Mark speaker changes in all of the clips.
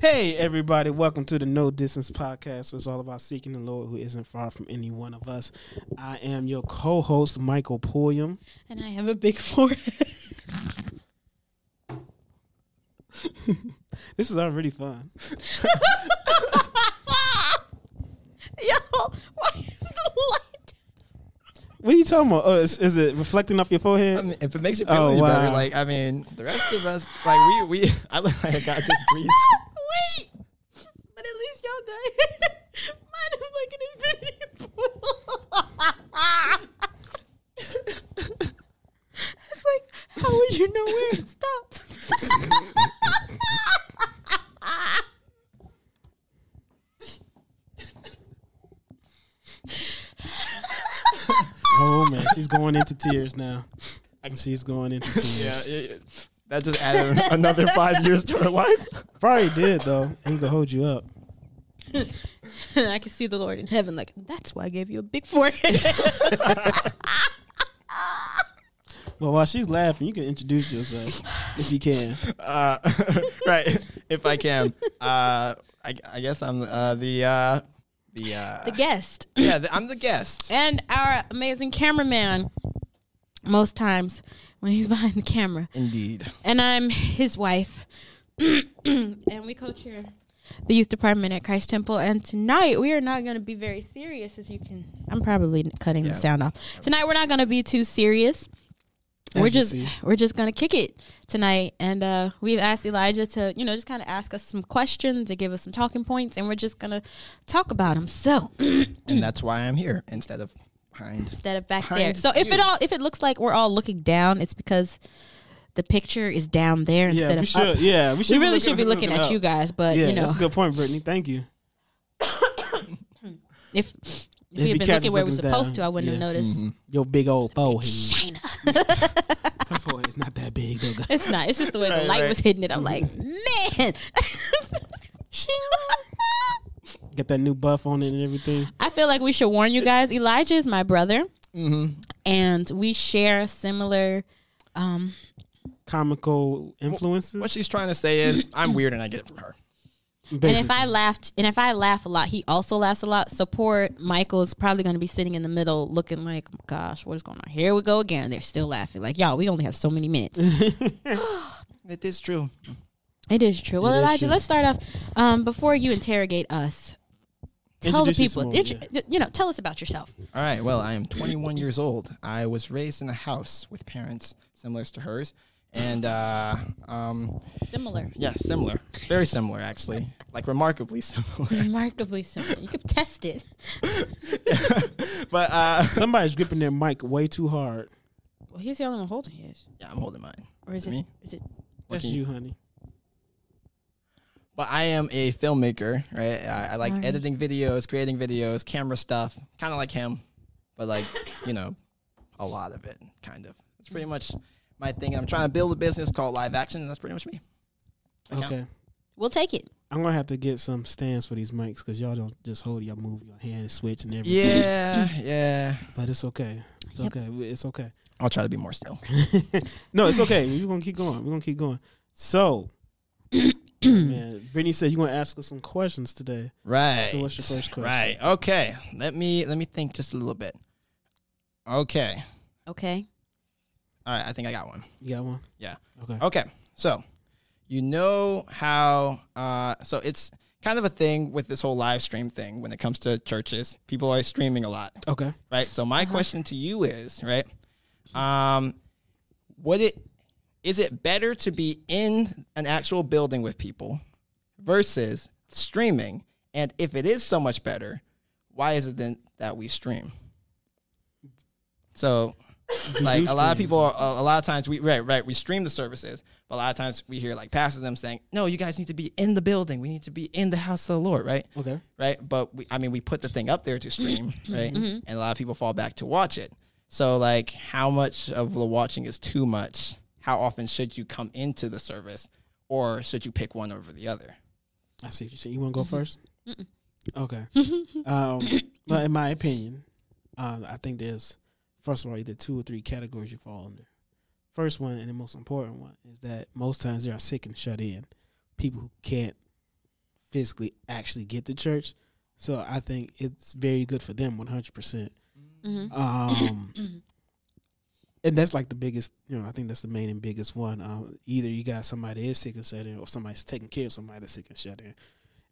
Speaker 1: Hey, everybody, welcome to the No Distance Podcast. where It's all about seeking the Lord who isn't far from any one of us. I am your co host, Michael Pulliam.
Speaker 2: And I have a big forehead.
Speaker 1: This is already fun.
Speaker 2: Yo, why is the light?
Speaker 1: What are you talking about? Oh, is, is it reflecting off your
Speaker 3: I
Speaker 1: forehead?
Speaker 3: mean, if it makes you feel
Speaker 1: Oh,
Speaker 3: any better,
Speaker 1: wow.
Speaker 3: like I mean, the rest of us, like we, we, I look like I got just greased.
Speaker 2: Wait, but at least y'all done. Mine is like an infinity pool. it's like, how would you know where it stops?
Speaker 1: Oh, man, she's going into tears now. She's going into tears.
Speaker 3: yeah, it, it- that just added an- another five years to her life.
Speaker 1: Probably did, though. Ain't gonna hold you up.
Speaker 2: I can see the Lord in heaven. Like that's why I gave you a big forehead.
Speaker 1: Well, while she's laughing, you can introduce yourself if you can.
Speaker 3: Uh, right, if I can. Uh, I, I guess I'm uh, the uh, the uh,
Speaker 2: the guest
Speaker 3: yeah, the, I'm the guest.
Speaker 2: and our amazing cameraman. Most times when he's behind the camera,
Speaker 3: Indeed.
Speaker 2: and I'm his wife. and we co-chair the youth department at Christ Temple. And tonight we are not going to be very serious, as you can. I'm probably cutting the
Speaker 3: Yeah.
Speaker 2: sound off. Tonight we're not going to be too serious. we're
Speaker 1: you
Speaker 2: just
Speaker 1: see.
Speaker 2: we're just going to kick it tonight. And uh, we've asked Elijah to you know just kind of ask us some questions and give us some talking points, and we're just going to talk about them. So
Speaker 3: And that's why I'm here instead of behind.
Speaker 2: instead of back there.
Speaker 3: Behind
Speaker 2: So if it
Speaker 3: you.
Speaker 2: all if it looks like we're all looking down, it's because. The picture is down there instead
Speaker 1: Yeah,
Speaker 2: of
Speaker 1: we
Speaker 2: up.
Speaker 1: should. Yeah, we should.
Speaker 2: We really should be looking at
Speaker 1: up.
Speaker 2: you guys, but
Speaker 1: Yeah,
Speaker 2: you know,
Speaker 1: that's a good point, Brittany. Thank you.
Speaker 2: if if, we
Speaker 1: you
Speaker 2: had been
Speaker 1: catch us
Speaker 2: looking where we're
Speaker 1: looking
Speaker 2: supposed
Speaker 1: down,
Speaker 2: to, I wouldn't
Speaker 1: yeah.
Speaker 2: have noticed.
Speaker 1: Your big old forehead.
Speaker 2: China,
Speaker 1: Her forehead's not that big, though. guys.
Speaker 2: it's not. It's just the way the
Speaker 3: Right,
Speaker 2: light
Speaker 3: right.
Speaker 2: was hitting it. I'm like, man.
Speaker 1: Got that new buff on it and everything.
Speaker 2: I feel like we should warn you guys. Elijah is my brother,
Speaker 3: Mm-hmm.
Speaker 2: and we share similar. Um,
Speaker 1: comical influences.
Speaker 3: What she's trying to say is, I'm weird, and I get it from her.
Speaker 2: and if I laughed, and if I laugh a lot, he also laughs a lot. So poor Michael's probably going to be sitting in the middle, looking like, "Gosh, what is going on? Here we go again." They're still laughing. Like, y'all, we only have so many minutes.
Speaker 3: It is true.
Speaker 2: It is true. Well,
Speaker 1: It is
Speaker 2: Elijah,
Speaker 1: true.
Speaker 2: let's start off. Um, before you interrogate us, tell the
Speaker 1: Introduce
Speaker 2: people,
Speaker 1: yourself,
Speaker 2: intro- you know, tell us about yourself.
Speaker 3: All right. Well, I am 21 years old. I was raised in a house with parents similar to hers, and uh, um,
Speaker 2: Similar,
Speaker 3: yeah, similar, very similar actually, like remarkably similar.
Speaker 2: remarkably similar. You could test it.
Speaker 3: But uh,
Speaker 1: Somebody's gripping their mic way too hard.
Speaker 2: Well, he's the only one holding his,
Speaker 3: yeah, I'm holding mine.
Speaker 2: or is it? Is
Speaker 3: Me?
Speaker 2: it?
Speaker 1: That's
Speaker 3: Looking-
Speaker 1: you, honey.
Speaker 3: But I am a filmmaker, right? I, I like
Speaker 2: Alright.
Speaker 3: editing videos, creating videos, camera stuff, kind of like him, but like you know, a lot of it, kind of. It's pretty much my thing. I'm trying to build a business called Live Action, and that's pretty much me.
Speaker 1: Okay.
Speaker 3: Okay.
Speaker 2: We'll take it.
Speaker 1: I'm gonna have to get some stands for these mics because y'all don't just hold y'all move your hand and switch and everything.
Speaker 3: Yeah, yeah.
Speaker 1: But it's okay. It's
Speaker 2: Yep.
Speaker 1: okay. We- It's okay.
Speaker 3: I'll try to be more still.
Speaker 1: no, it's okay. We're gonna keep going. We're gonna keep going. So man, Brittany said you're gonna ask us some questions today.
Speaker 3: Right.
Speaker 1: So what's your first question?
Speaker 3: Right. Okay. Let me let me think just a little bit. Okay.
Speaker 2: Okay.
Speaker 3: All right. I think I got one.
Speaker 1: You got one?
Speaker 3: Yeah.
Speaker 1: Okay.
Speaker 3: Okay. So, you know how? Uh, so it's kind of a thing with this whole live stream thing when it comes to churches. People are streaming a lot,
Speaker 1: Okay.
Speaker 3: right? So my question to you is, right? Um, would it is it better to be in an actual building with people versus streaming? And if it is so much better, why is it then that we stream? So, like a lot of
Speaker 1: stream.
Speaker 3: people, a, a lot of times we right right we stream the services, but a lot of times we hear like pastors them saying, "No, you guys need to be in the building. We need to be in the house of the Lord." Right
Speaker 1: Okay.
Speaker 3: right? But we, I mean, we put the thing up there to stream,
Speaker 2: Mm-hmm.
Speaker 3: right? And a lot of people fall back to watch it. So, like, how much of the watching is too much? How often should you come into the service, or should you pick one over the other?
Speaker 1: I see what you said. You
Speaker 3: Mm-hmm.
Speaker 1: want to go first?
Speaker 2: Mm-hmm.
Speaker 1: Okay. um, but in my opinion, um, I think there's, first of all, either two or three categories you fall under. First one, and the most important one, is that most times they are sick and shut in. People who can't physically actually get to church. So I think it's very good for them, one hundred percent. Um, and that's like the biggest, you know, I think that's the main and biggest one. Um, either you got somebody is sick and shut in, or somebody's taking care of somebody that's sick and shut in.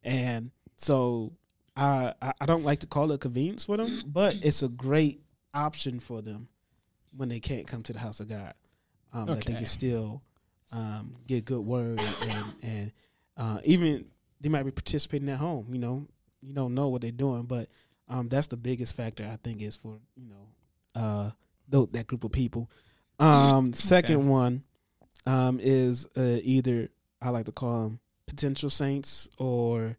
Speaker 1: And so I I I don't like to call it a convenience for them, but it's a great option for them when they can't come to the house of God. Um, That they
Speaker 3: Okay.
Speaker 1: can still um, get good word and and uh, even they might be participating at home. You know, you don't know what they're doing, but um, that's the biggest factor I think is for you know uh, tho- that group of people. Um, Second one um, is uh, either I like to call them potential saints or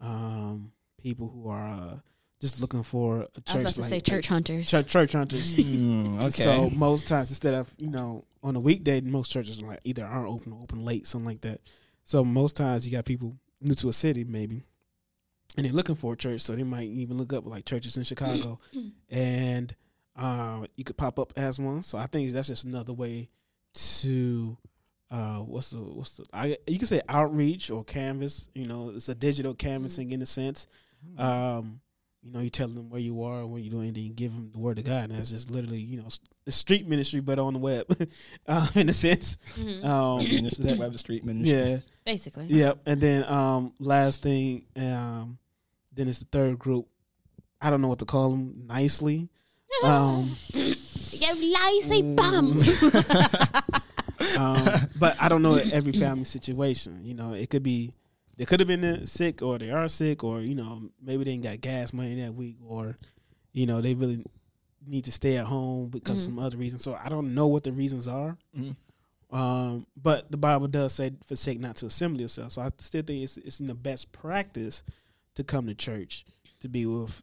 Speaker 1: um, people who are uh, just looking for a church
Speaker 2: I was about to
Speaker 1: like
Speaker 2: say church hunters.
Speaker 1: church, church hunters. Hmm,
Speaker 3: Mm, okay.
Speaker 1: So most times, instead of you know on a weekday, most churches are like either aren't open or open late, something like that. So most times you got people new to a city maybe, and they're looking for a church, so they might even look up like churches in Chicago, and um, you could pop up as one. So I think that's just another way to uh, what's the what's the I, you can say outreach or canvas. You know, it's a digital canvassing in a sense. Um, you know, you tell them where you are and what you're doing, then you give them the word of God, and that's just literally you know s- it's street ministry, but on the web, um, in a sense.
Speaker 2: Mhm.
Speaker 1: Um, so
Speaker 3: Ministry,
Speaker 1: that-
Speaker 3: web street ministry.
Speaker 1: yeah,
Speaker 2: Basically.
Speaker 1: yep. And then um, last thing, um, then it's the third group. I don't know what to call them. Nicely, um,
Speaker 2: you lazy bums.
Speaker 1: um, but I don't know every family situation. You know, it could be they could have been uh, sick, or they are sick, or you know maybe they ain't got gas money that week, or you know they really need to stay at home because of some other reason. So I don't know what the reasons are.
Speaker 3: Mhm.
Speaker 1: Um, but the Bible does say, "Forsake not to assemble yourself." So I still think it's it's in the best practice to come to church to be with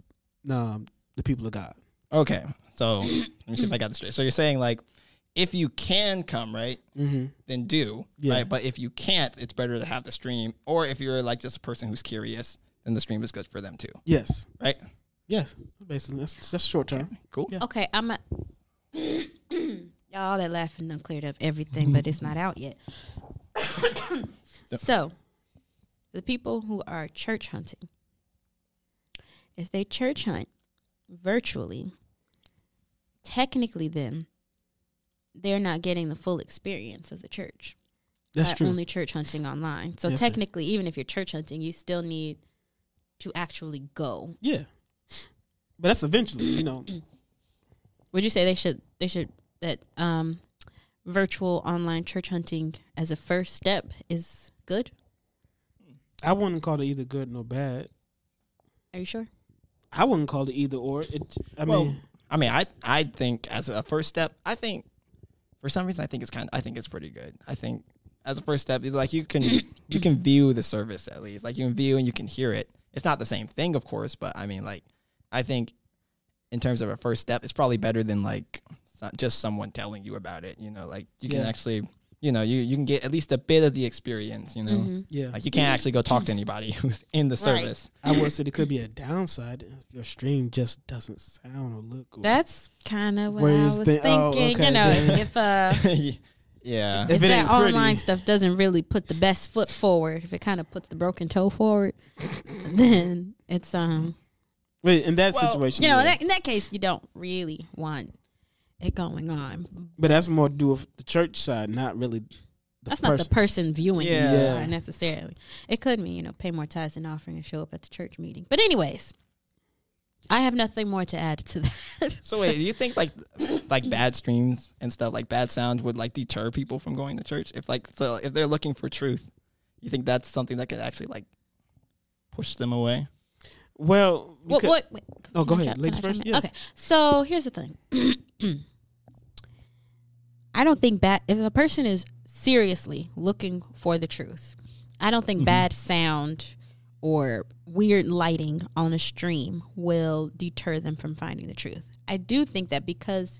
Speaker 1: um, the people of God.
Speaker 3: Okay. So let me see if I got this straight. So you're saying like, if you can come, right,
Speaker 1: Mm-hmm.
Speaker 3: then do,
Speaker 1: Yeah.
Speaker 3: right? But if you can't, it's better to have the stream. Or if you're like just a person who's curious, then the stream is good for them too,
Speaker 1: Yes,
Speaker 3: right?
Speaker 1: yes. Basically, that's that's short term.
Speaker 3: Cool.
Speaker 1: Yeah.
Speaker 2: Okay, I'm a y'all that laughing done cleared up everything, but it's not out yet. so the people who are church hunting, if they church hunt virtually, technically then they're not getting the full experience of the church.
Speaker 1: That's
Speaker 2: by
Speaker 1: true.
Speaker 2: uh, only church hunting online. So
Speaker 1: Yes, sir.
Speaker 2: technically, even if you're church hunting, you still need to actually go.
Speaker 1: Yeah. But that's eventually, you know.
Speaker 2: Would you say they should they should that um virtual online church hunting as a first step is good?
Speaker 1: I wouldn't call it either good nor bad.
Speaker 2: Are you sure?
Speaker 1: I wouldn't call it either or. It, I
Speaker 3: well,
Speaker 1: mean,
Speaker 3: I mean, I I think as a first step, I think for some reason I think it's kind. I think it's pretty good. I think as a first step, like you can you can view the service at least, like you can view and you can hear it. It's not the same thing, of course, but I mean, like I think in terms of a first step, it's probably better than like so- just someone telling you about it. You know, like you can
Speaker 1: Yeah.
Speaker 3: actually. You know, you, you can get at least a bit of the experience, you know?
Speaker 1: yeah.
Speaker 3: Like, you can't actually go talk to anybody who's in the
Speaker 2: Mm-hmm. Right.
Speaker 3: service.
Speaker 1: I would say there could be a downside if your stream just doesn't sound or look. Or,
Speaker 2: That's kind of what
Speaker 1: Where
Speaker 2: I
Speaker 1: you
Speaker 2: was
Speaker 1: thi- oh,
Speaker 2: thinking.
Speaker 1: okay,
Speaker 2: You know,
Speaker 1: yeah.
Speaker 2: if uh.
Speaker 3: yeah.
Speaker 1: If
Speaker 2: If,
Speaker 1: it
Speaker 2: that
Speaker 1: ain't pretty.
Speaker 2: online stuff doesn't really put the best foot forward, if it kind of puts the broken toe forward, then it's um,
Speaker 1: Wait, in that
Speaker 3: Well,
Speaker 1: situation,
Speaker 2: you know,
Speaker 1: yeah.
Speaker 2: in that, in that case, you don't really want it going on.
Speaker 1: but that's more to do with the church side, not really the
Speaker 2: That's
Speaker 1: person.
Speaker 2: not the person viewing
Speaker 3: Yeah.
Speaker 2: you
Speaker 1: Yeah.
Speaker 2: uh, necessarily. It could mean, you know, pay more tithes and offering and show up at the church meeting. But anyways, I have nothing more to add to that.
Speaker 3: So wait, do you think like like bad streams and stuff, like bad sounds, would like deter people from going to church? If like so, if they're looking for truth, you think that's something that could actually like push them away?
Speaker 1: well,
Speaker 2: What,
Speaker 1: because-
Speaker 2: what, wait,
Speaker 1: Oh, go
Speaker 2: can I
Speaker 1: ahead.
Speaker 2: chime-
Speaker 1: Ladies
Speaker 2: can I
Speaker 1: first?
Speaker 2: chime in?
Speaker 1: Yeah.
Speaker 2: Okay. So here's the thing. I don't think bad. If a person is seriously looking for the truth, I don't
Speaker 1: Mm-hmm.
Speaker 2: think bad sound or weird lighting on a stream will deter them from finding the truth. I do think that because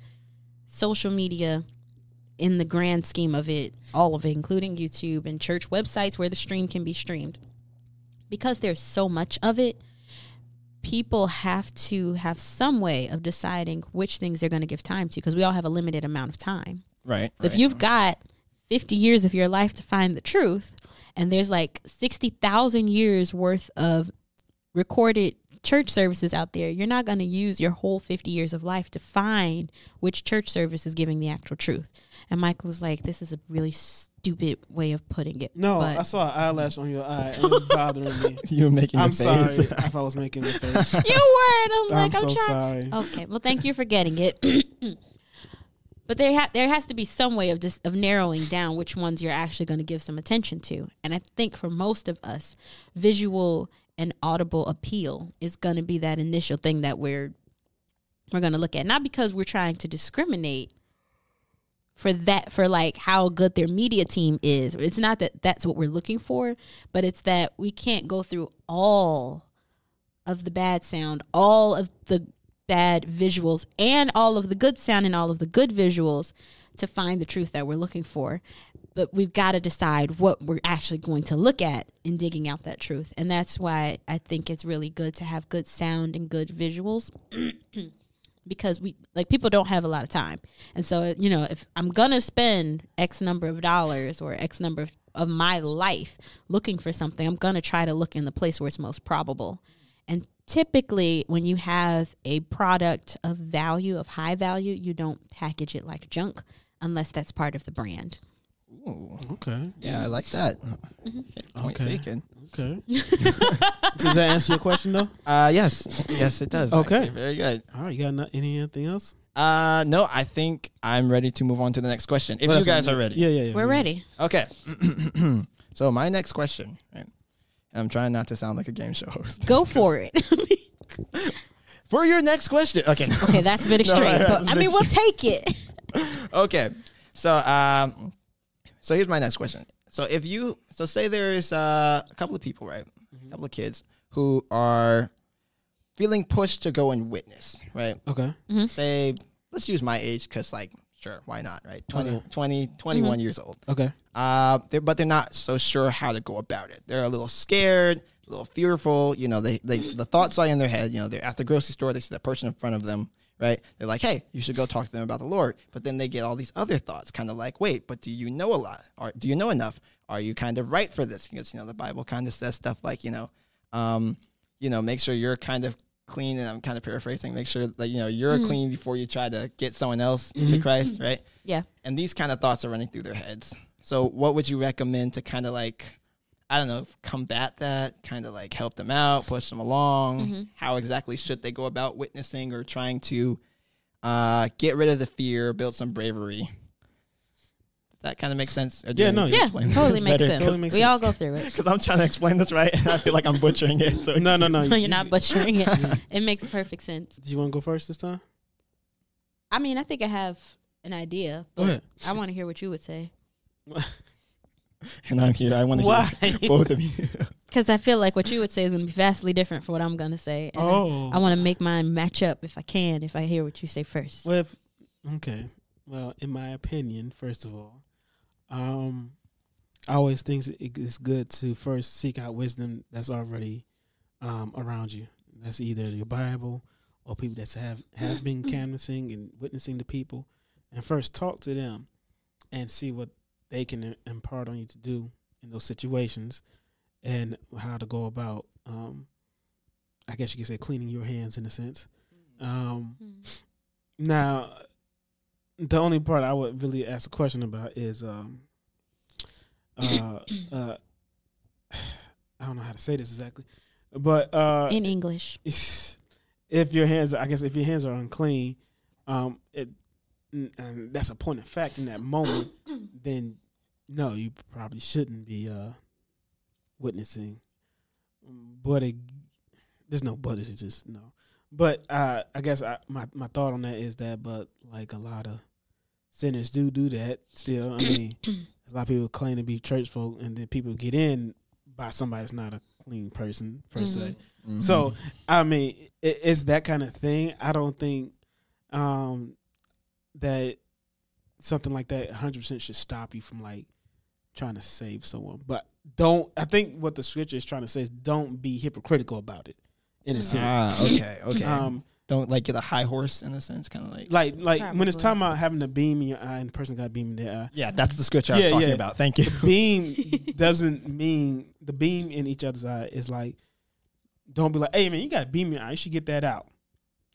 Speaker 2: social media, in the grand scheme of it, all of it, including YouTube and church websites where the stream can be streamed, because there's so much of it, people have to have some way of deciding which things they're going to give time to because we all have a limited amount of time.
Speaker 3: Right.
Speaker 2: So if you've got 50 years of your life to find the truth and there's like 60,000 years worth of recorded church services out there. You're not going to use your whole 50 years of life to find which church service is giving the actual truth. And Michael was like, this is a really stupid way of putting it.
Speaker 1: No,
Speaker 2: but-
Speaker 1: I saw an eyelash on your eye. and It was bothering me.
Speaker 3: You're making
Speaker 1: I'm
Speaker 3: a face.
Speaker 1: sorry if I was making a face.
Speaker 2: you were. And I'm
Speaker 1: I'm
Speaker 2: like, I'm,
Speaker 1: so
Speaker 2: trying. Oh.
Speaker 1: sorry.
Speaker 2: Okay. Well, thank you for getting it. but there ha- there has to be some way of dis- of narrowing down which ones you're actually going to give some attention to. And I think for most of us, visual and audible appeal is going to be that initial thing that we're we're going to look at. Not because we're trying to discriminate for that for like how good their media team is. It's not that that's what we're looking for, but it's that we can't go through all of the bad sound, all of the bad visuals, and all of the good sound and all of the good visuals to find the truth that we're looking for. But we've got to decide what we're actually going to look at in digging out that truth. And that's why I think it's really good to have good sound and good visuals because we like people don't have a lot of time. And so, you know, if I'm going to spend X number of dollars or X number of, of my life looking for something, I'm going to try to look in the place where it's most probable. And typically, when you have a product of value, of high value, you don't package it like junk unless that's part of the brand.
Speaker 3: Ooh,
Speaker 1: Okay.
Speaker 3: yeah, I like that. Point
Speaker 1: Okay.
Speaker 3: taken.
Speaker 1: Okay. Does that answer your question though?
Speaker 3: Uh, yes, yes, it does.
Speaker 1: Okay.
Speaker 3: actually. very good.
Speaker 1: All right. You got not, anything else?
Speaker 3: Uh, no, I think I'm ready to move on to the next question. If
Speaker 1: Well,
Speaker 3: you
Speaker 1: that's
Speaker 3: guys
Speaker 1: fine.
Speaker 3: are ready,
Speaker 1: Yeah, yeah, yeah.
Speaker 2: We're
Speaker 1: yeah.
Speaker 2: ready.
Speaker 3: Okay. so my next question. Right? I'm trying not to sound like a game show host.
Speaker 2: Go for it.
Speaker 3: For your next question. Okay. no.
Speaker 2: okay, that's a bit extreme.
Speaker 3: right,
Speaker 2: but,
Speaker 3: that's
Speaker 2: I
Speaker 3: a
Speaker 2: mean,
Speaker 3: bit
Speaker 2: we'll take it.
Speaker 3: okay. So um, so here's my next question. So if you so say there is uh, a couple of people, right? A couple of kids who are feeling pushed to go and witness, right?
Speaker 1: Okay.
Speaker 3: Mm-hmm. Say let's use my age cuz like sure, why not, right? 20
Speaker 1: Okay.
Speaker 3: 20 21 years old.
Speaker 1: Okay.
Speaker 3: Uh, they're, but they're not so sure how to go about it. They're a little scared, a little fearful. You know, they, they the thoughts are in their head. You know, they're at the grocery store. They see that person in front of them, right? They're like, "Hey, you should go talk to them about the Lord." But then they get all these other thoughts, kind of like, "Wait, but do you know a lot? Or do you know enough? Are you kind of right for this?" Because you know, the Bible kind of says stuff like, you know, um, you know, make sure you're kind of clean. And I'm kind of paraphrasing. Make sure that you know you're clean before you try to get someone else to Christ, right?
Speaker 2: Yeah.
Speaker 3: and these kind of thoughts are running through their heads. So, what would you recommend to kind of like, I don't know, combat that, kind of like help them out, push them along?
Speaker 2: Mm-hmm.
Speaker 3: How exactly should they go about witnessing or trying to uh, get rid of the fear, build some bravery? Does that kind of make sense?
Speaker 1: Yeah, no,
Speaker 2: Yeah, totally makes
Speaker 1: Better.
Speaker 2: sense.
Speaker 1: Totally makes
Speaker 2: we all
Speaker 1: sense.
Speaker 2: go through it.
Speaker 3: Because I'm trying to explain this right, and I feel like I'm butchering it. So
Speaker 1: No, no, no.
Speaker 2: No, you're not butchering it. It makes perfect sense.
Speaker 1: Do you want to go first this time?
Speaker 2: I mean, I think I have an idea,
Speaker 1: Go ahead.
Speaker 2: but I want to hear what you would say.
Speaker 3: And I'm here. I want
Speaker 1: Why?
Speaker 3: to hear both of you.
Speaker 2: Because I feel like what you would say is going to be vastly different from what I'm going to say. and I-
Speaker 1: Oh.
Speaker 2: I, want to make mine match up if I can, if I hear what you say first.
Speaker 1: Well, if, okay. Well, in my opinion, first of all, um, I always think it- it's good to first seek out wisdom that's already um, around you. That's either your Bible or people that have have been canvassing and witnessing to people, and first talk to them and see what they can impart on you to do in those situations and how to go about. Um, I guess you could say cleaning your hands in a sense. Um, now, the only part I would really ask a question about is, um, uh, uh, I don't know how to say this exactly, but uh,
Speaker 2: In English.
Speaker 1: if your hands, I guess, if your hands are unclean, um, it, n- and that's a point of fact in that moment, then no, you probably shouldn't be uh, witnessing. But it, there's no but. It's just no. But uh, I guess I, my my thought on that is that, but like a lot of sinners do do that. Still, I mean, a lot of people claim to be church folk, and then people get in by somebody that's not a clean person per se.
Speaker 2: Mhm.
Speaker 1: So
Speaker 3: Mm-hmm.
Speaker 1: I mean, it, it's that kind of thing. I don't think um, that something like that 100 percent should stop you from like trying to save someone. But don't. I think
Speaker 3: Mm-hmm.
Speaker 1: what the scripture is trying to say is don't be hypocritical about it. In a sense,
Speaker 3: ah, okay, okay.
Speaker 1: um,
Speaker 3: don't like get a high horse in a sense, kind of like.
Speaker 1: Like like when it's
Speaker 2: Probably.
Speaker 1: talking about having a beam in your eye and the person got a beam in their eye.
Speaker 3: Yeah, that's the scripture I was
Speaker 1: Yeah,
Speaker 3: talking
Speaker 1: yeah.
Speaker 3: about. Thank you.
Speaker 1: Beam doesn't mean the beam in each other's eye is like don't be like, hey man, you got a beam in your eye, you should get that out.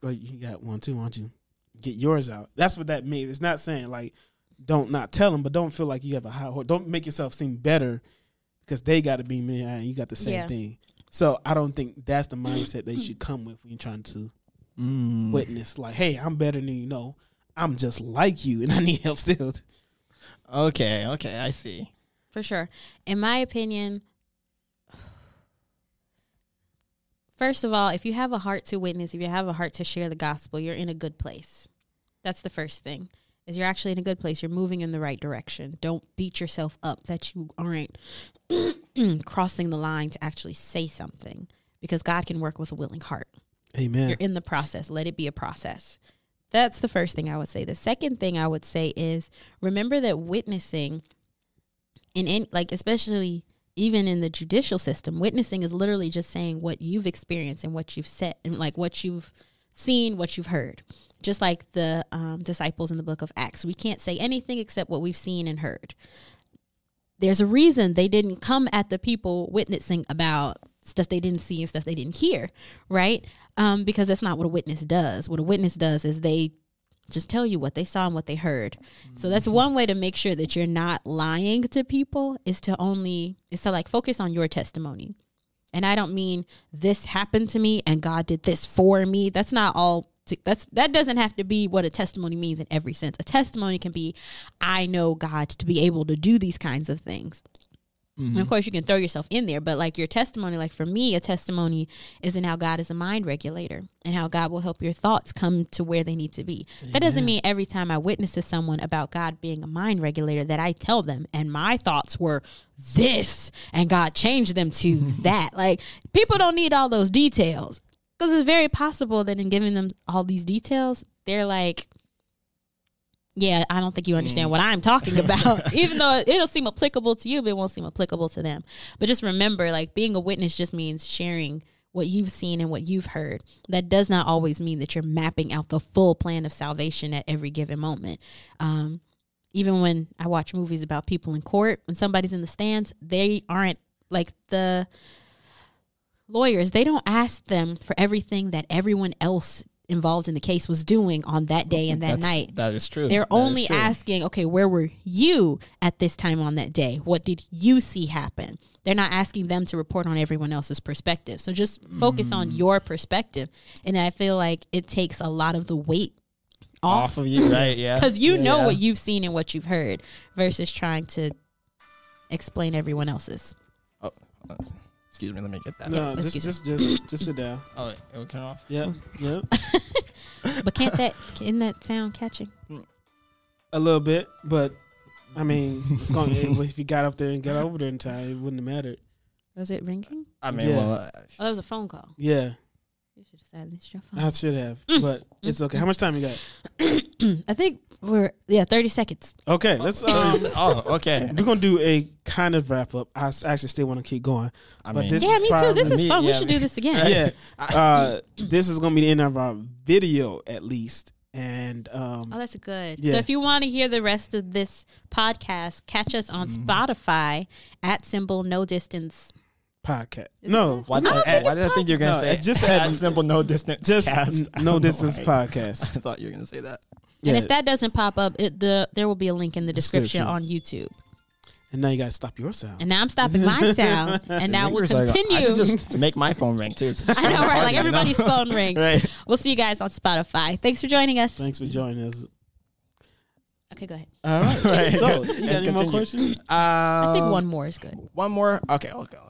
Speaker 1: Like you got one too, why don't you get yours out? That's what that means. It's not saying like don't not tell them, but don't feel like you have a high horse. Don't make yourself seem better because they got a beam in your eye and you got the same
Speaker 2: Yeah.
Speaker 1: thing. So I don't think that's the mindset they should come with when you're trying to
Speaker 3: Mm.
Speaker 1: witness like hey i'm better than you know i'm just like you and i need help still
Speaker 3: Okay, okay, I see.
Speaker 2: for sure. In my opinion, first of all, if you have a heart to witness, if you have a heart to share the gospel, you're in a good place. That's the first thing. Is you're actually in a good place. You're moving in the right direction. Don't beat yourself up that you aren't crossing the line to actually say something because God can work with a willing heart
Speaker 1: amen
Speaker 2: you're in the process let it be a process that's the first thing i would say the second thing i would say is remember that witnessing in any like especially even in the judicial system witnessing is literally just saying what you've experienced and what you've said and like what you've seen what you've heard just like the um, disciples in the book of acts we can't say anything except what we've seen and heard there's a reason they didn't come at the people witnessing about stuff they didn't see and stuff they didn't hear, right? Um, because that's not what a witness does. What a witness does is they just tell you what they saw and what they heard. So that's one way to make sure that you're not lying to people is to only is to like focus on your testimony. And I don't mean this happened to me and God did this for me. That's not all. To, that's that doesn't have to be what a testimony means in every sense. A testimony can be, I know God to be able to do these kinds of things. And of course, you can throw yourself in there, but like your testimony, like for me, a testimony is in how God is a mind regulator and how God will help your thoughts come to where they need to be. That doesn't mean every time I witness to someone about God being a mind regulator that I tell them and my thoughts were this and God changed them to that. Like people don't need all those details because it's very possible that in giving them all these details, they're like, yeah, I don't think you understand what I'm talking about. Even though it'll seem applicable to you, but it won't seem applicable to them. But just remember, like being a witness just means sharing what you've seen and what you've heard. That does not always mean that you're mapping out the full plan of salvation at every given moment. Um, even when I watch movies about people in court, when somebody's in the stands, they aren't like the lawyers, they don't ask them for everything that everyone else involved in the case was doing on that day and that
Speaker 3: That's-
Speaker 2: night.
Speaker 3: That is true.
Speaker 2: They're
Speaker 3: That is
Speaker 2: only
Speaker 3: true.
Speaker 2: asking, okay, where were you at this time on that day? What did you see happen? They're not asking them to report on everyone else's perspective. So just focus on
Speaker 3: Mm.
Speaker 2: your perspective. And I feel like it takes a lot of the weight off
Speaker 3: off of you, right? Yeah.
Speaker 2: because you
Speaker 3: Yeah,
Speaker 2: know
Speaker 3: yeah.
Speaker 2: what you've seen and what you've heard versus trying to explain everyone else's.
Speaker 3: Oh, uh, excuse me. Let me get that.
Speaker 1: no
Speaker 2: excuse
Speaker 1: just just just just sit down
Speaker 3: Oh, wait, it will turn off.
Speaker 1: yep yep
Speaker 2: But can't that, isn't that sound catching?
Speaker 1: a little bit but i mean it's going to if you got up there and got over there in time it wouldn't have mattered
Speaker 2: Was it ringing?
Speaker 3: I mean,
Speaker 1: Yeah.
Speaker 3: well, uh,
Speaker 2: Oh, that was a phone call.
Speaker 1: yeah Mm.
Speaker 2: You should have silenced your
Speaker 3: Uh,
Speaker 2: phone.
Speaker 1: i should have but it's okay how much time you got
Speaker 2: I think we're, yeah, 30 seconds.
Speaker 1: okay let's um
Speaker 3: oh, okay.
Speaker 1: we're gonna do a kind of wrap up i s- actually still want to keep going
Speaker 3: I
Speaker 1: But
Speaker 3: mean,
Speaker 1: this-
Speaker 2: yeah,
Speaker 1: is
Speaker 2: me too. This
Speaker 1: probably-
Speaker 2: is fun. we
Speaker 3: yeah,
Speaker 2: should
Speaker 3: me-
Speaker 2: do this again.
Speaker 1: yeah uh this is gonna be the end of our video at least and um
Speaker 2: Oh, that's good.
Speaker 1: Yeah.
Speaker 2: So if you want to hear the rest of this podcast, catch us on
Speaker 3: Mm-hmm.
Speaker 2: Spotify at symbol no distance.
Speaker 1: podcast. no,
Speaker 3: why, did
Speaker 2: I don't
Speaker 3: I,
Speaker 2: think
Speaker 3: why
Speaker 2: it's
Speaker 3: did I think you were gonna
Speaker 1: No,
Speaker 3: say
Speaker 1: it just
Speaker 3: add
Speaker 1: had-
Speaker 3: simple no distance
Speaker 1: just
Speaker 3: cast?
Speaker 1: n- no distance
Speaker 3: podcast.
Speaker 1: podcast.
Speaker 3: I thought you were gonna say that.
Speaker 1: Yeah.
Speaker 2: And if that doesn't pop up, it, the there will be a link in the description,
Speaker 1: Description.
Speaker 2: on YouTube.
Speaker 1: And now you gotta stop your sound.
Speaker 2: And now I'm stopping my sound, and now we'll
Speaker 3: Fingers are- I
Speaker 2: continue.
Speaker 3: should just make my phone ring too. It's just
Speaker 2: I know, right?
Speaker 3: hard,
Speaker 2: Like
Speaker 3: you know?
Speaker 2: everybody's phone rings.
Speaker 3: Right.
Speaker 2: We'll see you guys on Spotify. Thanks for joining us.
Speaker 1: Thanks for joining us.
Speaker 2: Okay, go ahead.
Speaker 1: All right.
Speaker 3: Right.
Speaker 1: So, you got
Speaker 3: And
Speaker 1: any more
Speaker 3: continue.
Speaker 1: questions?
Speaker 2: I think
Speaker 3: Um,
Speaker 2: one more is good.
Speaker 3: One more. Okay, I'll go.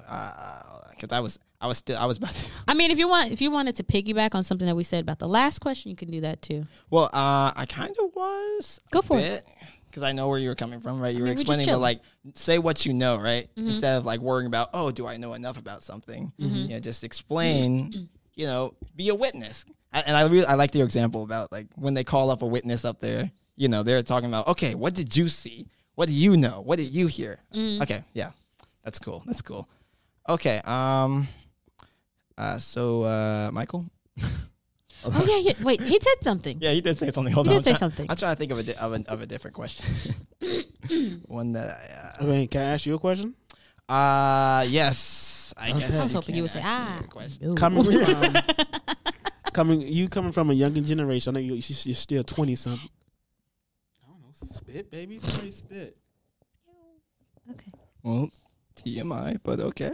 Speaker 3: Because I was, I was still, I was about to.
Speaker 2: I mean, if you want, if you wanted to piggyback on something that we said about the last question, you can do that too.
Speaker 3: Well, uh, I kind of was.
Speaker 2: Go for it.
Speaker 3: Because I know where you were coming from, right? You were
Speaker 2: mean, we're just Mm-hmm.
Speaker 3: explaining, but
Speaker 2: chilling.
Speaker 3: like, say what you know, right? Instead of like worrying about, oh, do I know enough about something?
Speaker 2: Mm-hmm.
Speaker 3: You know, just explain. you know, be a witness. I, and I really, I like your example about like when they call up a witness up there. You know, they're talking about, okay, what did you see? What do you know? What did you hear?
Speaker 2: Mm.
Speaker 3: Okay, yeah, that's cool. That's cool. Okay. Um. Uh. So, uh, Michael.
Speaker 2: Oh yeah, yeah. Wait, he said something.
Speaker 3: Yeah, he did say something. Hold
Speaker 2: He
Speaker 3: on,
Speaker 2: did say
Speaker 3: I'm try-
Speaker 2: something.
Speaker 3: I'm trying to think of a di- of, a, of a different question. One that I,
Speaker 1: I mean, can I ask you a question?
Speaker 3: uh, uh yes, I
Speaker 1: Okay.
Speaker 3: guess.
Speaker 1: I
Speaker 2: was hoping
Speaker 3: can
Speaker 2: you would say,
Speaker 3: ask me
Speaker 2: ah.
Speaker 3: a question.
Speaker 2: No.
Speaker 1: Coming from um, coming, you coming from a younger generation. I know you, you're still twenty something. I don't know. Spit, baby. Somebody spit.
Speaker 2: okay.
Speaker 3: Well, TMI, but okay.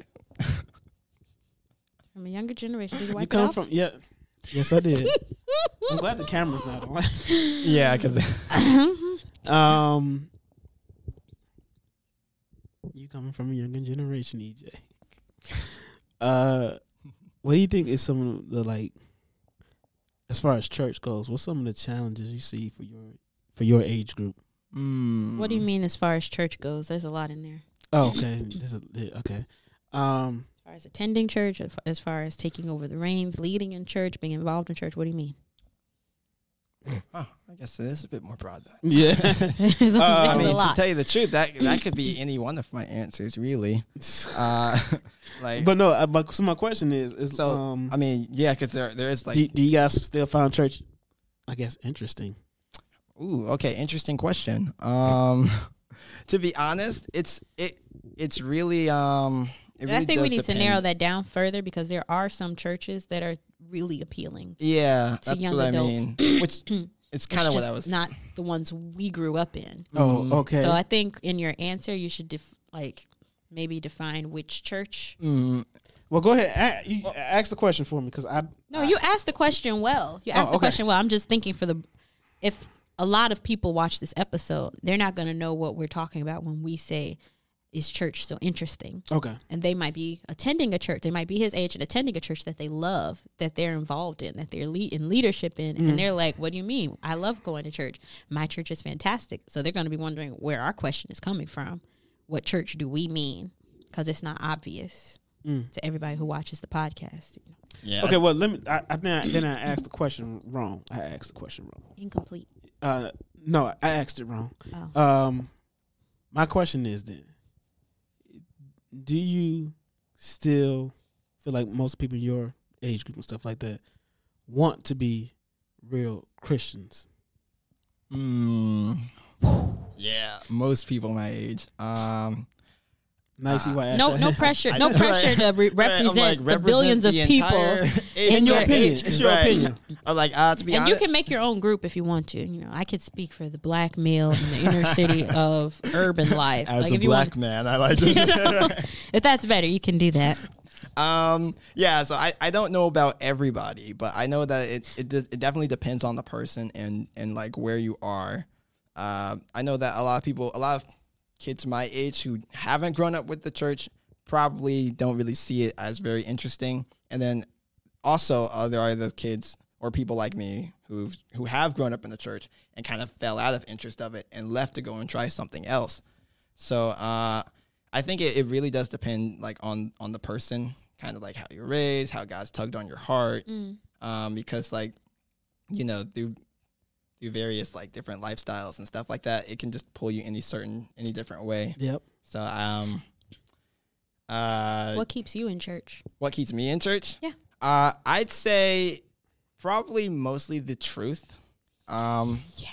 Speaker 2: From a younger generation, did you
Speaker 1: You
Speaker 2: wipe it
Speaker 1: come
Speaker 2: off?
Speaker 1: from yeah. Yes, I did. I'm glad the camera's not on.
Speaker 3: Yeah, because
Speaker 1: Um, you coming from a younger generation, EJ? Uh, what do you think is some of the like, as far as church goes? What's some of the challenges you see for your for your age group?
Speaker 2: What
Speaker 3: Mm.
Speaker 2: do you mean as far as church goes? There's a lot in there.
Speaker 1: Oh, okay, this is yeah, okay. Um,
Speaker 2: As far as attending church, as- as far as taking over the reins, leading in church, being involved in church, what do you mean?
Speaker 3: Oh, I guess it is a bit more broad. Than
Speaker 1: yeah.
Speaker 2: There's a-
Speaker 1: Uh,
Speaker 3: I
Speaker 2: there's
Speaker 3: mean,
Speaker 2: a
Speaker 3: to
Speaker 2: lot.
Speaker 3: tell you the truth, that that could be any one of my answers, really. Uh, like,
Speaker 1: but no, uh, but so my question is, is
Speaker 3: So,
Speaker 1: um,
Speaker 3: I mean, yeah, because there there is like,
Speaker 1: do, do you guys still find church, I guess, interesting?
Speaker 3: ooh, okay, interesting question. Um, to be honest, it's it it's really um. It really
Speaker 2: I think we
Speaker 3: does
Speaker 2: need
Speaker 3: depend.
Speaker 2: to narrow that down further because there are some churches that are really appealing.
Speaker 3: Yeah, that's
Speaker 2: young
Speaker 3: what
Speaker 2: adults.
Speaker 3: I mean. Which it's
Speaker 2: It's
Speaker 3: kind of what
Speaker 2: just
Speaker 3: I was.
Speaker 2: not the ones we grew up in.
Speaker 1: Oh,
Speaker 3: Mm-hmm.
Speaker 1: okay.
Speaker 2: So I think in your answer, you should def- like maybe define which church.
Speaker 3: Mm,
Speaker 1: well, go ahead. A you, ask the question for me because I
Speaker 2: No, you asked the question well. You asked the
Speaker 1: okay.
Speaker 2: question well. I'm just thinking for the if a lot of people watch this episode, they're not going to know what we're talking about when we say is church so interesting.
Speaker 1: okay.
Speaker 2: And they might be attending a church. They might be his age and attending a church that they love, that they're involved in, that they're lead in leadership in. And they're like, "What do you mean? I love going to church. My church is fantastic." So they're going to be wondering where our question is coming from. What church do we mean? Because it's not obvious to everybody who watches the podcast.
Speaker 3: yeah.
Speaker 1: mm. Okay, well, let me. I, I think I, then I asked the question wrong. I asked the question wrong.
Speaker 2: Incomplete.
Speaker 1: Uh, no, I asked it wrong.
Speaker 2: Oh.
Speaker 1: Um, my question is then: Do you still feel like most people in your age group and stuff like that want to be real Christians?
Speaker 3: Mm, yeah, most people my age. Um,
Speaker 1: Nice, uh, I
Speaker 2: no,
Speaker 1: asked
Speaker 2: no
Speaker 1: that.
Speaker 2: pressure,
Speaker 3: I
Speaker 2: no
Speaker 3: know, right?
Speaker 2: pressure to re-
Speaker 3: Right, I'm
Speaker 2: represent
Speaker 3: like,
Speaker 2: the
Speaker 3: represent
Speaker 2: billions of
Speaker 3: the
Speaker 2: people.
Speaker 3: entire
Speaker 2: in
Speaker 1: It's your
Speaker 2: your
Speaker 1: opinion.
Speaker 2: age
Speaker 1: It's your
Speaker 3: Right.
Speaker 1: opinion.
Speaker 3: I'm like, uh, to be
Speaker 2: And you
Speaker 3: honest,
Speaker 2: can make your own group if you want to. You know, I could speak for the black male in the inner city of urban life.
Speaker 3: as
Speaker 2: like
Speaker 3: a
Speaker 2: if
Speaker 3: black
Speaker 2: you
Speaker 3: man, I like this.
Speaker 2: want, if that's better, you can do that.
Speaker 3: um, yeah, so I, I don't know about everybody, but I know that it it, de- it definitely depends on the person and and like where you are. Um, I know that a lot of people, a lot of kids my age who haven't grown up with the church, probably don't really see it as very interesting. And then also uh, there are the kids or people like me who who have grown up in the church and kind of fell out of interest of it and left to go and try something else. So uh, I think it, it really does depend like on on the person, kind of like how you're raised, how God's tugged on your heart,
Speaker 2: Mm.
Speaker 3: um, because like you know through through various like different lifestyles and stuff like that, it can just pull you any certain any different way.
Speaker 1: Yep.
Speaker 3: So um, uh,
Speaker 2: What keeps you in church?
Speaker 3: what keeps me in church?
Speaker 2: Yeah.
Speaker 3: Uh, I'd say probably mostly the truth. Um, yeah.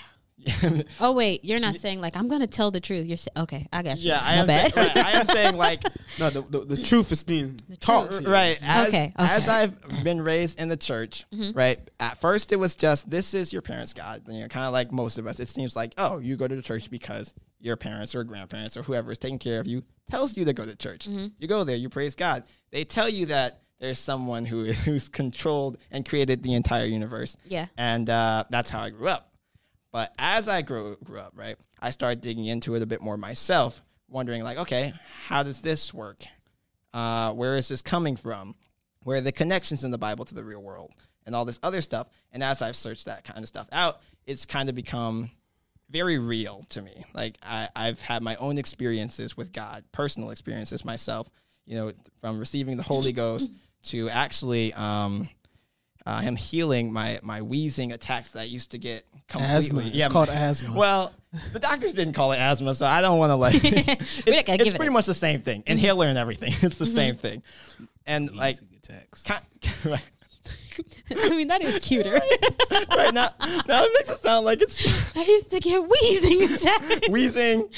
Speaker 2: Oh wait, you're not saying like I'm going to tell the truth. You're saying okay, I got you.
Speaker 3: yeah, I
Speaker 2: My
Speaker 3: am,
Speaker 2: bad.
Speaker 3: Saying, right, I am saying like
Speaker 1: No, the, the, the truth is being taught. to you.
Speaker 3: right as,
Speaker 2: Okay, Mm-hmm.
Speaker 3: as
Speaker 2: okay.
Speaker 3: I've been raised in the church, right? At first, it was just this is your parents' God. You know, kind of like most of us, it seems like oh, you go to the church because your parents or grandparents or whoever is taking care of you tells you to go to church.
Speaker 2: Mm-hmm.
Speaker 3: You go there, you praise God. They tell you that there's someone who who's controlled and created the entire universe.
Speaker 2: Yeah.
Speaker 3: and uh, that's how I grew up. But as I grew, grew up, right, I started digging into it a bit more myself, wondering, like, okay, how does this work? Uh, where is this coming from? Where are the connections in the Bible to the real world? And all this other stuff. And as I've searched that kind of stuff out, it's kind of become very real to me. Like, I, I've had my own experiences with God, personal experiences myself, you know, from receiving the Holy Ghost to actually. Um, uh, him healing my my wheezing attacks that I used to get
Speaker 1: Asthma.
Speaker 3: completely.
Speaker 1: It's called asthma.
Speaker 3: Well, the doctors didn't call it asthma, so I don't want to like. it's
Speaker 2: not gonna
Speaker 3: it's
Speaker 2: give it
Speaker 3: pretty
Speaker 2: a-
Speaker 3: much the same thing. Inhaler and everything. It's the same thing, and like
Speaker 1: attacks.
Speaker 3: ki- right.
Speaker 2: I mean, that is cuter.
Speaker 3: right now, now it makes it sound like it's
Speaker 2: I used to get wheezing attacks.
Speaker 3: wheezing,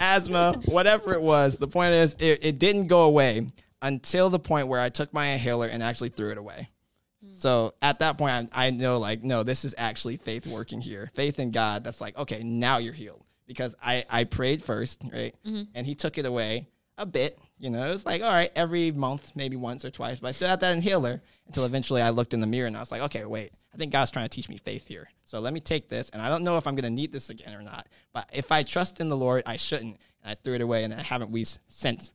Speaker 3: asthma, whatever it was. The point is, it, it didn't go away until the point where I took my inhaler and actually threw it away. So at that point, I, I know, like, no, this is actually faith working here. Faith in God. That's like, okay, now you're healed because I, I prayed first, right? And He took it away a bit. You know, it was like, all right, every month, maybe once or twice, but I still had that inhaler until eventually I looked in the mirror and I was like, okay, wait, I think God's trying to teach me faith here. So let me take this. And I don't know if I'm going to need this again or not, but if I trust in the Lord, I shouldn't. And I threw it away and I haven't wheezed since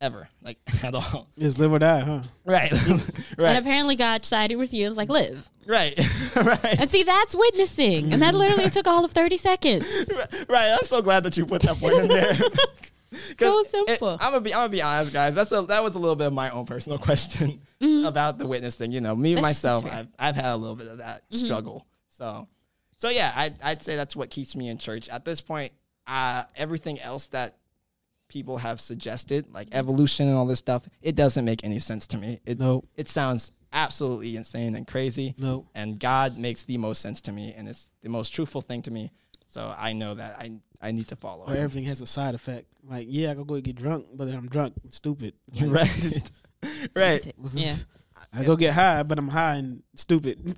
Speaker 3: ever, like at all.
Speaker 1: Just live or die, huh?
Speaker 3: Right.
Speaker 2: And
Speaker 3: right.
Speaker 2: apparently, God sided with you. It's like live.
Speaker 3: Right. right.
Speaker 2: And see, that's witnessing. And that literally took all of thirty seconds.
Speaker 3: right. I'm so glad that you put that point in there. 'Cause
Speaker 2: So simple.
Speaker 3: I'm gonna be. I'm gonna be honest, guys. That's a. That was a little bit of my own personal question about the witness thing. You know, me
Speaker 2: Mm-hmm. That's-
Speaker 3: myself,
Speaker 2: that's fair. Mm-hmm.
Speaker 3: I've, I've had a little bit of that struggle. So, so yeah, I, I'd say that's what keeps me in church at this point. Uh, everything else that people have suggested, like
Speaker 2: Mm-hmm.
Speaker 3: evolution and all this stuff, it doesn't make any sense to me. It
Speaker 1: Nope.
Speaker 3: it sounds absolutely insane and crazy
Speaker 1: Nope.
Speaker 3: and God makes the most sense to me, and it's the most truthful thing to me. So I know that I I need to follow.
Speaker 1: Where
Speaker 3: Him.
Speaker 1: everything has a side effect. Like, yeah, I could go and get drunk, but then I'm drunk and stupid. It's like-
Speaker 3: Right, right.
Speaker 2: Yeah,
Speaker 1: I go get high, but I'm high and stupid.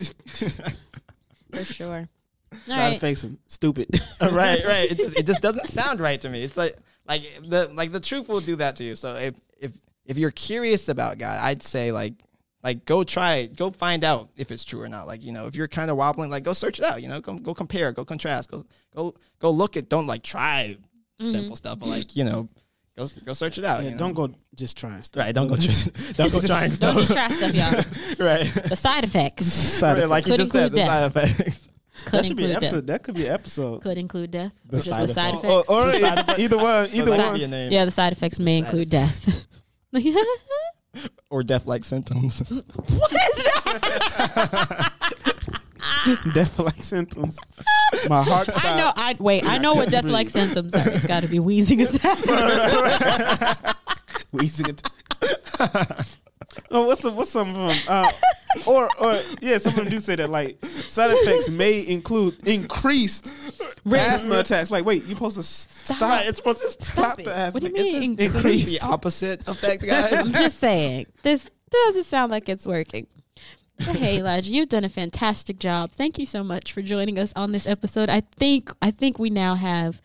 Speaker 2: for sure. All
Speaker 1: Side
Speaker 2: right.
Speaker 1: effects and stupid.
Speaker 3: right, right. It just, it just doesn't sound right to me. It's like like the like the truth will do that to you. So if if if you're curious about God, I'd say like like go try it. go find out if it's true or not. Like you know, if you're kind of wobbling, like go search it out. You know, go go compare, go contrast, go go go look at. Don't like try simple stuff, but like you know, go go search it out.
Speaker 1: Yeah,
Speaker 3: you know?
Speaker 1: don't go just trying stuff.
Speaker 3: Right, don't go try, don't go trying
Speaker 2: Don't
Speaker 3: stuff.
Speaker 2: just try stuff, y'all.
Speaker 3: right.
Speaker 2: The side effects
Speaker 1: Side
Speaker 3: Right,
Speaker 1: effect.
Speaker 3: like you
Speaker 2: Could
Speaker 3: just said,
Speaker 2: include
Speaker 3: the side
Speaker 2: could
Speaker 3: effects.
Speaker 1: that should be an
Speaker 2: include death.
Speaker 1: episode. That could be an episode.
Speaker 2: Could include death.
Speaker 3: The
Speaker 2: just
Speaker 3: side Oh,
Speaker 2: the side
Speaker 3: effect.
Speaker 2: effects.
Speaker 1: Or, or either one, either
Speaker 3: that could
Speaker 1: one.
Speaker 3: be a name.
Speaker 2: yeah, the side effects may include death. what is
Speaker 3: Or death-like symptoms.
Speaker 2: that?
Speaker 1: Death like symptoms. My heart stopped.
Speaker 2: I know. I wait. I know what death-like symptoms are. It's got to be wheezing attacks.
Speaker 1: Wheezing attacks. Oh, what's some, what's some of them? Uh, or or yeah, some of them do say that like side effects may include increased asthma attacks. Like, wait, you supposed to s- stop?
Speaker 3: Right, it's supposed to stop.
Speaker 1: Stop
Speaker 2: it.
Speaker 1: the asthma.
Speaker 2: What do you
Speaker 1: It's
Speaker 2: mean
Speaker 1: Increased.
Speaker 3: the opposite effect,
Speaker 2: I'm
Speaker 3: guys.
Speaker 2: just saying. This doesn't sound like it's working. But hey, Elijah, you've done a fantastic job. Thank you so much for joining us on this episode. I think I think we now have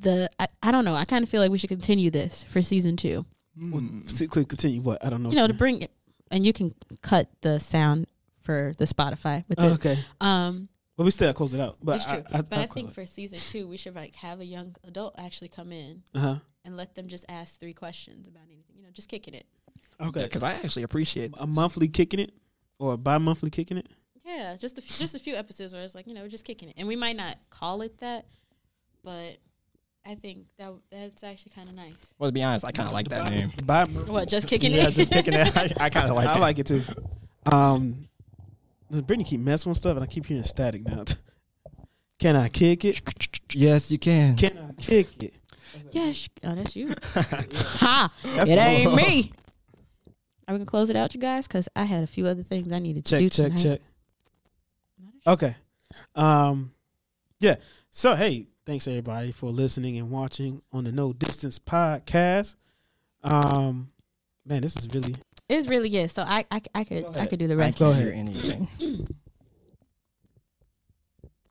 Speaker 2: the I, I don't know. I kind of feel like we should continue this for season two.
Speaker 3: Hmm.
Speaker 1: Well, c- Mm. Continue. What? I don't know.
Speaker 2: You know, to bring it, and you can cut the sound for the Spotify with
Speaker 1: Oh,
Speaker 2: this.
Speaker 1: okay.
Speaker 2: Um,
Speaker 1: Well, we still gotta close it out. But
Speaker 2: it's true.
Speaker 1: I, I,
Speaker 2: but I, think
Speaker 1: for
Speaker 2: for season two, we should like have a young adult actually come in
Speaker 1: uh
Speaker 2: and let them just ask three questions about anything. You know, just kicking it.
Speaker 1: huh. Okay.
Speaker 3: Because I actually appreciate
Speaker 1: a
Speaker 3: this.
Speaker 1: monthly kicking it or a bi-monthly kicking it.
Speaker 2: Yeah, just a few, just a few episodes where it's like you know we're just kicking it, and we might not call it that, but I think that that's actually kind of nice.
Speaker 3: Well, to be honest, I kind of like that name.
Speaker 1: Bi-
Speaker 2: What just kicking
Speaker 3: Yeah,
Speaker 2: it?
Speaker 3: just picking it. I, I kind of like.
Speaker 1: I
Speaker 3: that.
Speaker 1: like it too. Um, Brittany keep messing with stuff, and I keep hearing static now. Can I kick it?
Speaker 3: Yes, you can.
Speaker 1: Can I kick it?
Speaker 2: yeah, sh- oh, that's you. ha!
Speaker 1: That's
Speaker 2: it ain't me. Are we gonna close it out, you guys? Because I had a few other things I needed to do
Speaker 1: Check, check,
Speaker 2: tonight.
Speaker 1: check. Okay. Um, yeah. So hey, thanks everybody for listening and watching on the No Distance podcast. Um, man, this is really
Speaker 2: It's really good. So I I, I could
Speaker 1: Go
Speaker 2: I
Speaker 1: ahead.
Speaker 2: could do the
Speaker 3: I
Speaker 2: rest.
Speaker 1: Go
Speaker 3: can't
Speaker 1: ahead.
Speaker 3: hear anything.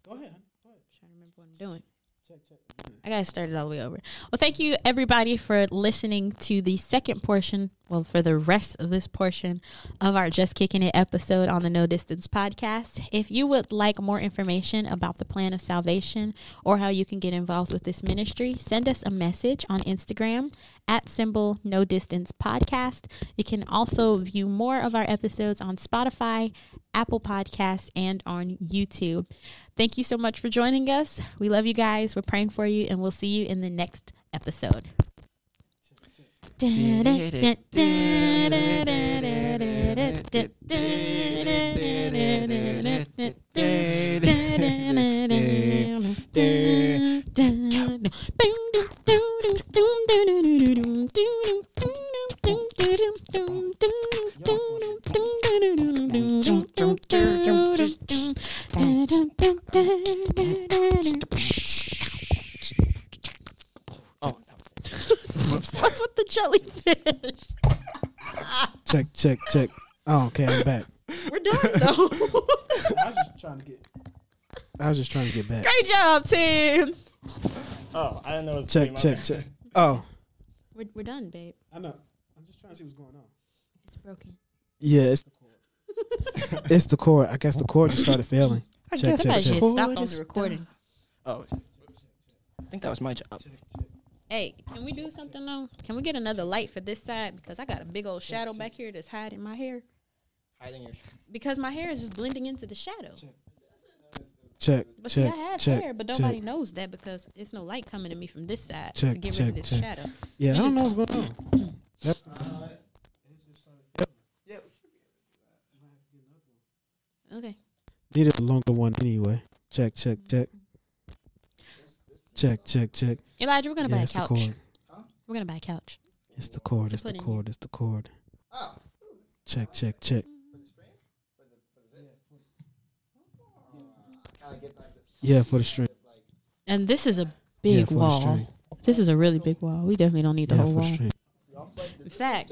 Speaker 1: go ahead.
Speaker 2: trying to remember what I'm doing.
Speaker 1: Check, check.
Speaker 2: I gotta start it all the way over. Well, thank you everybody for listening to the second portion. Well, for the rest of this portion of our Just Kicking It episode on the No Distance podcast. If you would like more information about the plan of salvation or how you can get involved with this ministry, send us a message on Instagram at symbol No Distance Podcast. You can also view more of our episodes on Spotify, Apple Podcasts, and on YouTube. Thank you so much for joining us. We love you guys. We're praying for you, and we'll see you in the next episode.
Speaker 1: Check, check, check. Oh, okay, I'm back.
Speaker 2: We're done though.
Speaker 1: I was just trying to get. I was just trying to get back.
Speaker 2: Great job, Tim.
Speaker 3: Oh, I didn't know it was
Speaker 1: Check, check, check. Oh,
Speaker 2: We're, we're done, babe.
Speaker 1: I know. I'm just trying to see what's going on.
Speaker 2: It's broken.
Speaker 1: Yeah, it's the cord. it's the cord. I guess the cord just started failing.
Speaker 2: I
Speaker 1: Check,
Speaker 2: guess somebody
Speaker 1: check,
Speaker 2: should
Speaker 1: check.
Speaker 2: have stopped on the recording.
Speaker 3: Oh, I think that was my job.
Speaker 2: Hey, can we do something though? Can we get another light for this side? Because I got a big old shadow back here that's hiding my hair.
Speaker 3: Hiding your.
Speaker 2: Because my hair is just blending into the shadow.
Speaker 1: Check,
Speaker 2: But see,
Speaker 1: check,
Speaker 2: I have
Speaker 1: check,
Speaker 2: hair, but
Speaker 1: check.
Speaker 2: nobody knows that because it's no light coming to me from this side to
Speaker 1: Check,
Speaker 2: get
Speaker 1: check,
Speaker 2: rid of this
Speaker 1: check.
Speaker 2: shadow.
Speaker 1: Yeah, I
Speaker 2: You
Speaker 1: don't know what's going on. Yep.
Speaker 2: Okay.
Speaker 1: Needed a longer one anyway. Check, check, check. Check, check, check.
Speaker 2: Elijah, we're gonna
Speaker 1: Yeah,
Speaker 2: buy a
Speaker 1: it's the
Speaker 2: couch.
Speaker 1: cord.
Speaker 2: We're gonna buy a couch.
Speaker 1: It's the cord. It's
Speaker 2: put
Speaker 1: the
Speaker 2: in.
Speaker 1: cord. It's the cord. Check, check, check. Yeah, for the string.
Speaker 2: And this is a
Speaker 1: yeah,
Speaker 2: big
Speaker 1: for the
Speaker 2: wall.
Speaker 1: string.
Speaker 2: This is a really big wall. We definitely don't need the
Speaker 1: Yeah,
Speaker 2: whole
Speaker 1: for the
Speaker 2: wall.
Speaker 1: string.
Speaker 2: In fact,